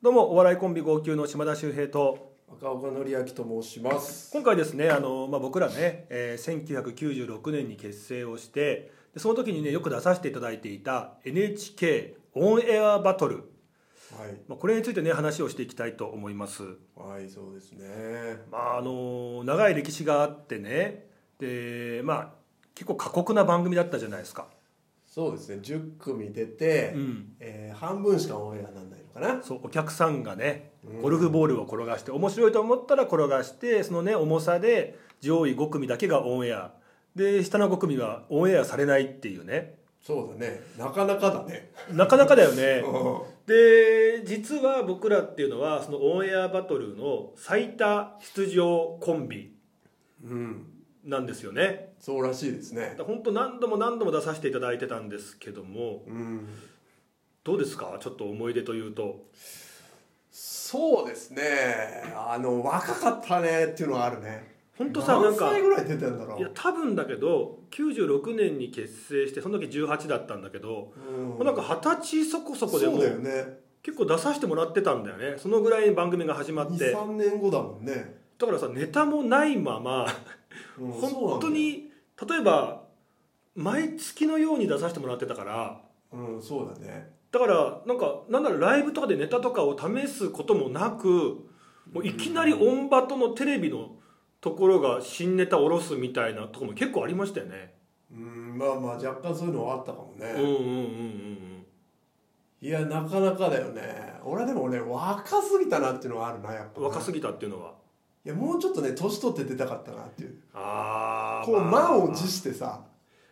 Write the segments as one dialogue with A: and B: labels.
A: どうもお笑いコンビ号泣の島田秀平と
B: 赤岡典明と申します
A: 今回ですねあの、まあ、僕らね、えー1996年に結成をしてでその時にねよく出させていただいていた NHK オンエアバトル、
B: はい
A: まあ、これについてね話をしていきたいと思います
B: はいそうですね
A: まああの長い歴史があってねでまあ結構過酷な番組だったじゃないですか
B: そうですね10組出て、
A: うん
B: えー半分しかオンエアなんないのかな
A: そうお客さんがねゴルフボールを転がして面白いと思ったら転がしてそのね重さで上位5組だけがオンエアで下の5組はオンエアされないっていうね
B: そうだねなかなかだね
A: なかなかだよね
B: う
A: で実は僕らっていうのはそのオンエアバトルの最多出場コンビ
B: ん
A: なんですよね
B: そうらしいですね
A: 本当何度も何度も出させていただいてたんですけども
B: うん
A: どうですかちょっと思い出というと
B: そうですねあの若かったねっていうのはあるね
A: 本当さなんか
B: 何歳ぐらい出てんだろ
A: いや
B: う
A: 多分だけど96年に結成してその時18だったんだけど、もうなんか二十歳そこそこで
B: そ
A: も
B: うだよ
A: う
B: ね
A: 結構出させてもらってたんだよねそのぐらいに番組が始まって
B: 23年後だもんね、
A: だからさネタもないまま
B: うんそうなん
A: 本
B: だ
A: 当
B: よ
A: に例えば毎月のように出させてもらってたから
B: うんそうだね
A: だからなんかなんだろうライブとかでネタとかを試すこともなくもういきなりオンバトのテレビのところが新ネタ下ろすみたいなとこも結構ありましたよね。
B: うんまあまあ若干そういうのはあったかもね、
A: うんうんうんうんうん
B: いやなかなかだよね俺でも俺若すぎたなっていうのはあるなやっぱ
A: 若
B: ぎ
A: すぎたっていうのはい
B: やもうちょっとね年取って出たかったなっていう
A: ああ
B: こう満を持してさ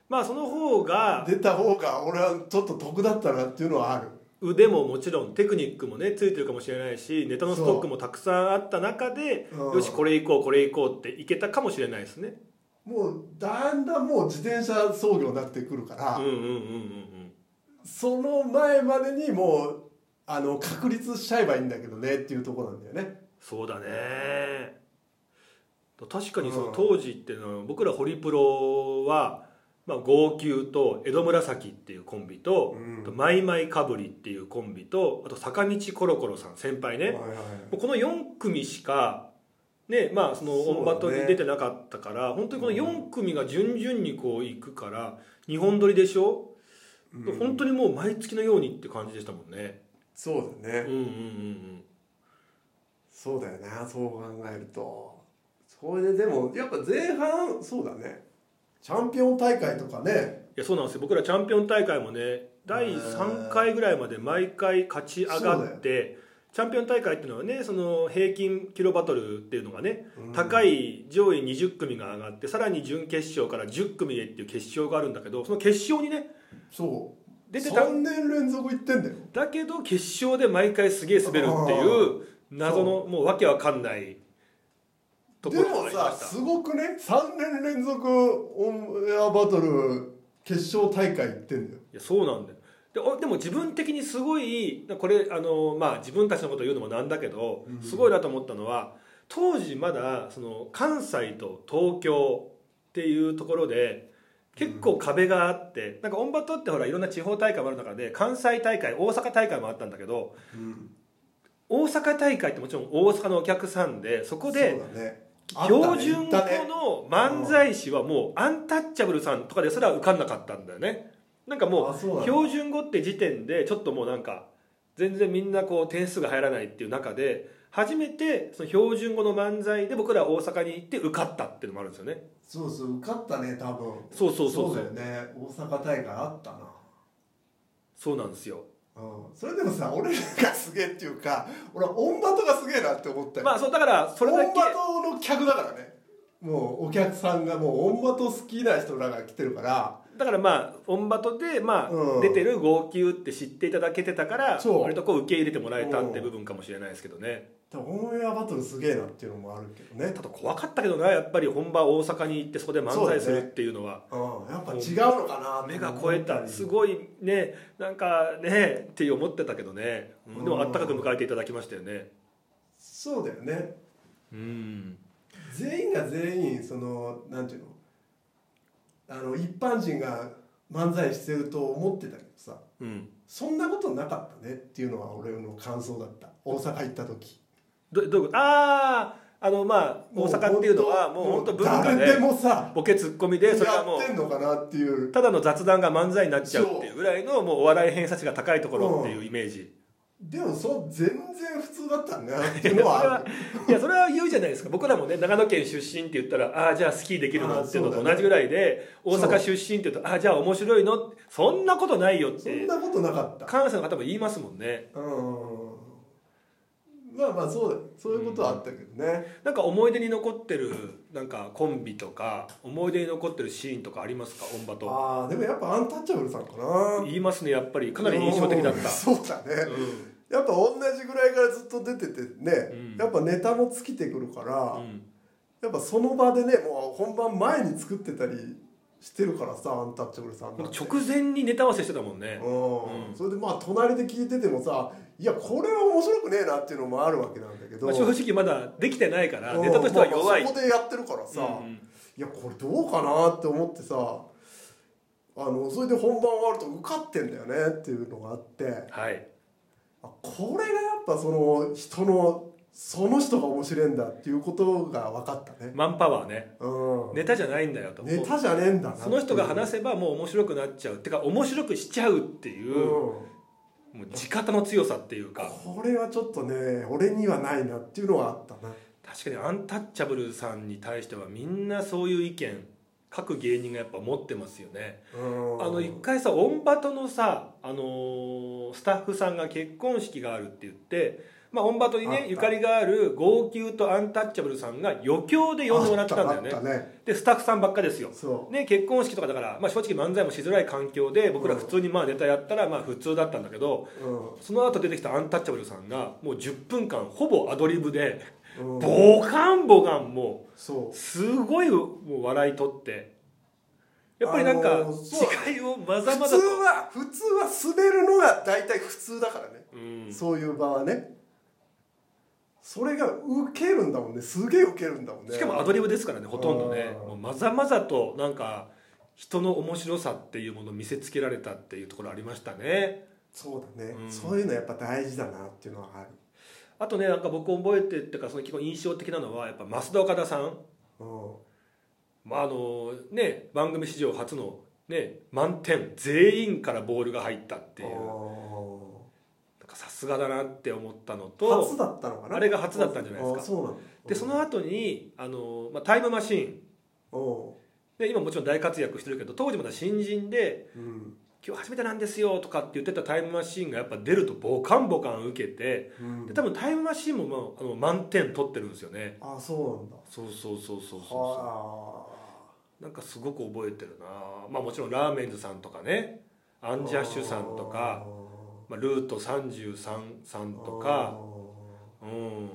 A: まあその方が
B: 出た方が俺はちょっと得だったなっていうのはある
A: 腕ももちろんテクニックもねついてるかもしれないしネタのストックもたくさんあった中で
B: そううん
A: よしこれいこうこれいこうっていけたかもしれないですね
B: もうだんだんもう自転車操業になってくるから、
A: うんうんうんうんうん
B: その前までにもうあの確立しちゃえばいいんだけどねっていうところなんだよね
A: そうだね確かにその
B: うん
A: 当時っていうのは僕らホリプロは、まあ、号泣と江戸紫っていうコンビと、
B: うん
A: あとマイマイかぶりっていうコンビとあと坂道コロコロさん先輩ね、
B: はいはい
A: もうこの4組しか、ねまあ、その
B: そうだね
A: オンバトに出てなかったから、本当にこの4組が順々にこう行くから日本撮りでしょ、
B: うん
A: 本当にもう毎月のようにって感じでしたもんね。
B: そうだね、
A: うんうんうんうん
B: そうだよなそう考えるとそれででもやっぱ前半そうだねチャンピオン大会とかね
A: いやそうなんですよ僕らチャンピオン大会もね第3回ぐらいまで毎回勝ち上がってチャンピオン大会っていうのはねその平均キロバトルっていうのがね、
B: うん
A: 高い上位20組が上がってさらに準決勝から10組へっていう決勝があるんだけどその決勝にね
B: そう
A: 出てた
B: 3年連続行ってんだよ
A: だけど決勝で毎回すげえ滑るっていう謎のもうわけわかんないとこ
B: で
A: ろがあ
B: も
A: りま
B: さ
A: した
B: すごくね3年連続オンエアバトル決勝大会行ってんだよ
A: いやそうなんだよでおでも自分的にすごいこれあの、まあ、自分たちのことを言うのもなんだけど
B: うん
A: すごいなと思ったのは当時まだその関西と東京っていうところで結構壁があって、なんかオンバトってほらいろんな地方大会もある中で関西大会大阪大会もあったんだけど大阪大会ってもちろん大阪のお客さんでそこで
B: そうだね
A: 標準語
B: あったね
A: の漫才師はもうアンタッチャブルさんとかですら受かんなかったんだよねなんかも
B: あそうなん
A: う
B: だ
A: 標準語って時点でちょっともうなんか全然みんなこう点数が入らないっていう中で初めてその標準語の漫才で僕ら大阪に行って受かったっていうのもあるんですよね
B: そうそう受かったね多分
A: そうそうそうそう
B: そうだよね大阪大会あったな
A: そうなんですよ
B: うんそれでもさ俺らがすげえっていうか俺はオンバトがすげえなって思ったよ、
A: まあそうだからそれだ
B: オン
A: け
B: バトの客だからねもうお客さんがもうオンバト好きな人らが来てるから
A: だからまあオンバトでま
B: う
A: あ
B: ん
A: 出てる号泣って知っていただけてたから
B: そう
A: 割とこう受け入れてもらえたって部分かもしれないですけどね
B: でもオンエアバトルすげえなっていうのもあるけどね
A: ただ怖かったけどなやっぱり本場大阪に行ってそこで漫才するっていうのは
B: うんやっぱ違うのかなって
A: 目が超えたすごいねなんかねって思ってたけどねうんでもあったかく迎えていただきましたよね
B: そうだよね
A: うん
B: 全員が全員そのなんていうのあの一般人が漫才してると思ってたけどさ
A: うん
B: そんなことなかったねっていうのは俺の感想だった大阪行った時
A: どどういうことあああのまあ大阪っていうのはもう本当文化
B: 誰
A: で
B: でもさ
A: ボケツッコミ
B: や
A: でそれはも
B: ってんのかなっていう
A: うただの雑談が漫才になっちゃうっていうぐらいのもうお笑い偏差値が高いところっていうイメージ
B: でもそう全然普通だったんだなって
A: い
B: い
A: やそれ
B: うのはあ
A: は
B: る
A: いやそれは言うじゃないですか僕らもね長野県出身って言ったらああーじゃあスキーできるのっていうの
B: あー
A: と
B: そうだね
A: 同じぐらいで大阪出身って言うとああーじゃあ面白いのそんなことないよっ
B: そん
A: て
B: なことなかった
A: 関西の方も言いますもんね
B: うんまあまあそうだそういうことはあったけどね、
A: なんか思い出に残ってるなんかコンビとか思い出に残ってるシーンとかありますかオンバと
B: ああでもやっぱアンタッチャブルさんかな
A: 言いますねやっぱりかなり印象的だっ
B: うん
A: た
B: そうだね、
A: う
B: やっぱ同じぐらいからずっと出ててね、
A: うん
B: やっぱネタも尽きてくるから、
A: んうん
B: やっぱその場でねもう本番前に作ってたりしてるからさアンタッチャブルさん
A: なん
B: なん
A: か
B: て
A: 直前にネタ合わせしてたもんね
B: うん
A: うん
B: それでまあ隣で聞いててもさいやこれは面白くねえなっていうのもあるわけなんだけど、
A: まあ正直まだできてないから
B: うん
A: ネタとしては弱い
B: まあまあそこでやってるからさ、
A: うんうん
B: いやこれどうかなって思ってさあのそれで本番終わると受かってんだよねっていうのがあって
A: はい
B: あこれがやっぱその人のその人が面白いんだっていうことが分かったね、
A: マンパワーね
B: うん、
A: ネタじゃないんだよと
B: ネタじゃねえんだなっていう
A: その人が話せばもう面白くなっちゃうってか面白くしちゃうっていうう,、
B: ん
A: もう地方の強さっていうか
B: これはちょっとね俺にはないなっていうのはあったな
A: 確かにアンタッチャブルさんに対してはみんなそういう意見各芸人がやっぱ持ってますよね、
B: うん
A: あの一回さオンバトのさ、あのースタッフさんが結婚式があるって言って、まあ、オンバトに
B: あっ
A: ね
B: た
A: ゆかりがある号泣とアンタッチャブルさんが余興で呼んでもらったんだよね
B: あったあったね
A: でスタッフさんばっかですよ
B: そ
A: ね、結婚式とかだから、まあ、正直漫才もしづらい環境で僕ら普通にまあネタやったらまあ普通だったんだけど
B: う、う
A: その後出てきたアンタッチャブルさんがもう10分間ほぼアドリブで
B: んうん、
A: ボカンボカンも
B: そう
A: うすごいもう笑い取ってやっぱりなん
B: あ
A: か
B: のーそう
A: 違いをま
B: 普
A: ざま
B: 通
A: だと、
B: は普通は滑るのが大体普通だからね
A: うん、
B: そういう場はねそれがウケるんだもんねすげえウケるんだもんね
A: しかもアドリブですからねほとんどね
B: あー
A: もうまざまざとなんか人の面白さっていうものを見せつけられたっていうところありましたね。
B: そうだね、
A: うん
B: そういうのやっぱ大事だなっていうのはある、
A: あとねなんか僕覚えてっていうかその結構印象的なのはやっぱ増田岡田さん
B: う
A: まああのね、番組史上初の、ね、満点全員からボールが入ったってい
B: ん
A: うなん
B: あ
A: かさすがだなって思ったの
B: ー初
A: と
B: だったのかな
A: あれが初だったんじゃないですか
B: あーそうなの
A: でその後にあのまあタイムマシーン
B: 後
A: で今もちろん大活躍してるけど当時まだ新人で
B: うんうん
A: 「今日初めてなんですよ」とかって言ってたタイムマシーンがやっぱ出るとボカンボカン受けて
B: うん
A: で多分タイムマシーンも、まあ、あの満点取ってるんですよね
B: あーそうなんだ
A: そうそうそうそうそうそ
B: はあ
A: うなんかすごく覚えてるなまあもちろんラーメンズさんとかねアンジャッシュさんとかまあ、ルート33さんとか、うん、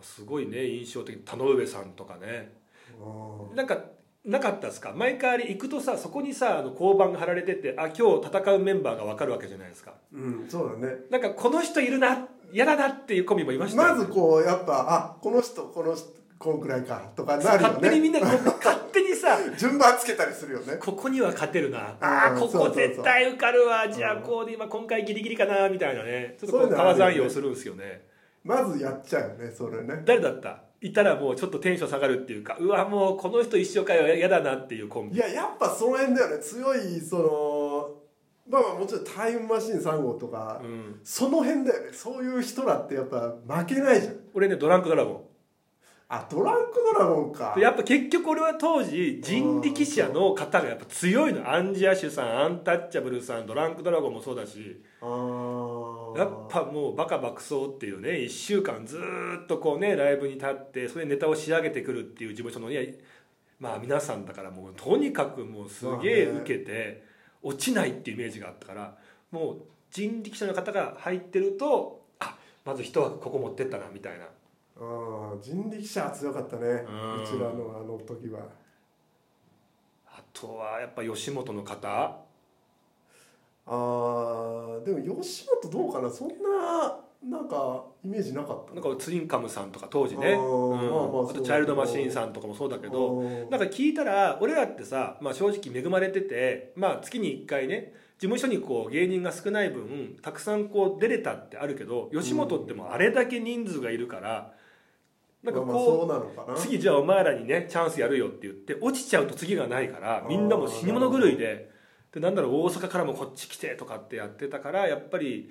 A: すごいね印象的田上さんとかね
B: あー
A: なんかなかったですか毎回あれ行くとさそこにさあの交番が貼られててあ今日戦うメンバーが分かるわけじゃないですか
B: うんうんそうだね
A: なんかこの人いるな嫌だなっていうコミもいましたよ
B: まずこうやっぱあこの人この人こんくらいかとかなるよね
A: 勝手にみんなこう勝手にさ
B: 順番つけたりするよね
A: ここには勝てるな
B: あー
A: あーこ
B: そうそ
A: こ
B: うそう
A: 絶対受かるわじゃあ
B: うん
A: こうで今今回ギリギリかなみたいなねちょっとこ
B: そういううのあ
A: 川
B: る
A: 山
B: よね
A: 用するんですよね
B: まずやっちゃうよねそれね
A: 誰だったいたらもうちょっとテンション下がるっていうかうわもうこの人一生かよ嫌だなっていうコン
B: い
A: ビ
B: ややっぱその辺だよね強いそのまあまあもちろんタイムマシーン3号とか、
A: うん、
B: その辺だよねそういう人らってやっぱ負けないじゃん
A: 俺ねドランクドラゴ
B: あドランクドラゴンか
A: ンでやっぱ結局俺は当時人力車の方がやっぱ強いのアンジアシュさんアンタッチャブルさんドランクドラゴンもそうだし
B: あー
A: やっぱもうバカ爆走っていうね1週間ずーっとこうねライブに立ってそれでネタを仕上げてくるっていう事務所のいやまあ皆さんだからもうとにかくもうすげえ
B: まあね
A: 受けて落ちないっていうイメージがあったからもう人力車の方が入ってるとあまず一枠ここ持ってったなみたいな
B: うん人力車は強かったねう
A: うん
B: ちらのあの時は
A: あとはやっぱ吉本の方
B: ああーでも吉本どうかなそんななんかイメージなかった
A: なんかツインカムさんとか当時ね、
B: あー
A: うん
B: まあまあ
A: あ
B: そ
A: と
B: う
A: チャイルドマシーンさんとかもそうだけど
B: うん
A: なんか聞いたら俺らってさ、まあ、正直恵まれてて、まあ、月に1回ね事務所にこう芸人が少ない分たくさんこう出れたってあるけど吉本ってもうあれだけ人数がいるから、なんか
B: まあまあ
A: こう、
B: そうなのかな
A: 次じゃあお前らにねチャンスやるよって言って落ちちゃうと次がないからみんなもう死に物狂いででなんだろう大阪からもこっち来てとかってやってたからやっぱり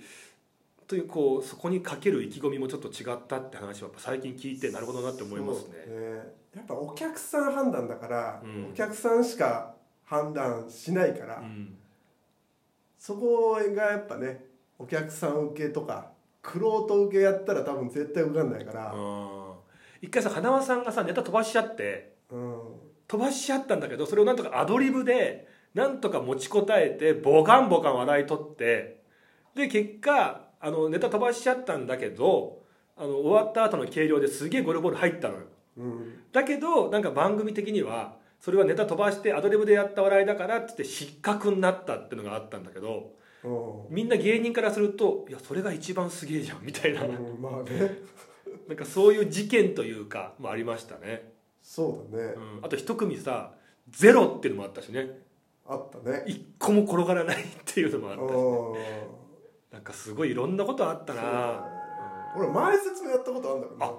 A: というこうそこにかける意気込みもちょっと違ったって話はやっぱ最近聞いてなるほどなって思います
B: そう
A: ね。
B: やっぱお客さん判断だから、
A: うん
B: お客さんしか判断しないから、
A: うん
B: そこがやっぱねお客さん受けとか玄人受けやったら多分絶対受かんないから、
A: うん一回さ花輪さんがさネタ飛ばしちゃって
B: うん
A: 飛ばしちゃったんだけどそれをなんとかアドリブでなんとか持ちこたえてボカンボカン笑い取ってで結果あのネタ飛ばしちゃったんだけどあの終わった後の計量ですげえゴルフボール入ったのよ
B: うん
A: だけどなんか番組的にはそれはネタ飛ばしてアドリブでやった笑いだからっつって失格になったっていうのがあったんだけど
B: うん
A: みんな芸人からするといやそれが一番すげえじゃんみたいな
B: うんまあね
A: なんかそういう事件というかもありましたね、
B: そうだね、
A: うん、あと一組さゼロっていうのもあったしね
B: あったね
A: 一個も転がらないっていうのもあ
B: う
A: っ
B: ん
A: たしなんかすごいいろんなことあったなうん
B: 俺前説もやったことあるんだけどな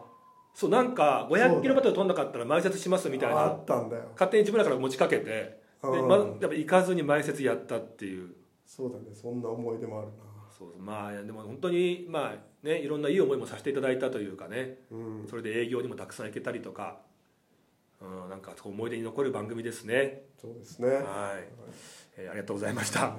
A: そうなんか500キロバトル飛んなかったら埋設しますみたい
B: あ
A: な
B: ったんだよ
A: 勝手に自分らから持ちかけてで、
B: うん
A: ま、やっぱ行かずに埋設やったっていう
B: そうだねそんな思い出もある
A: そうまあでも本当にまあねいろんないい思いもさせていただいたというかね
B: なうん
A: それで営業にもたくさん行けたりとか、うん、なんかそう思い出に残る番組ですね
B: そうですね
A: はい、えーありがとうございました
B: はい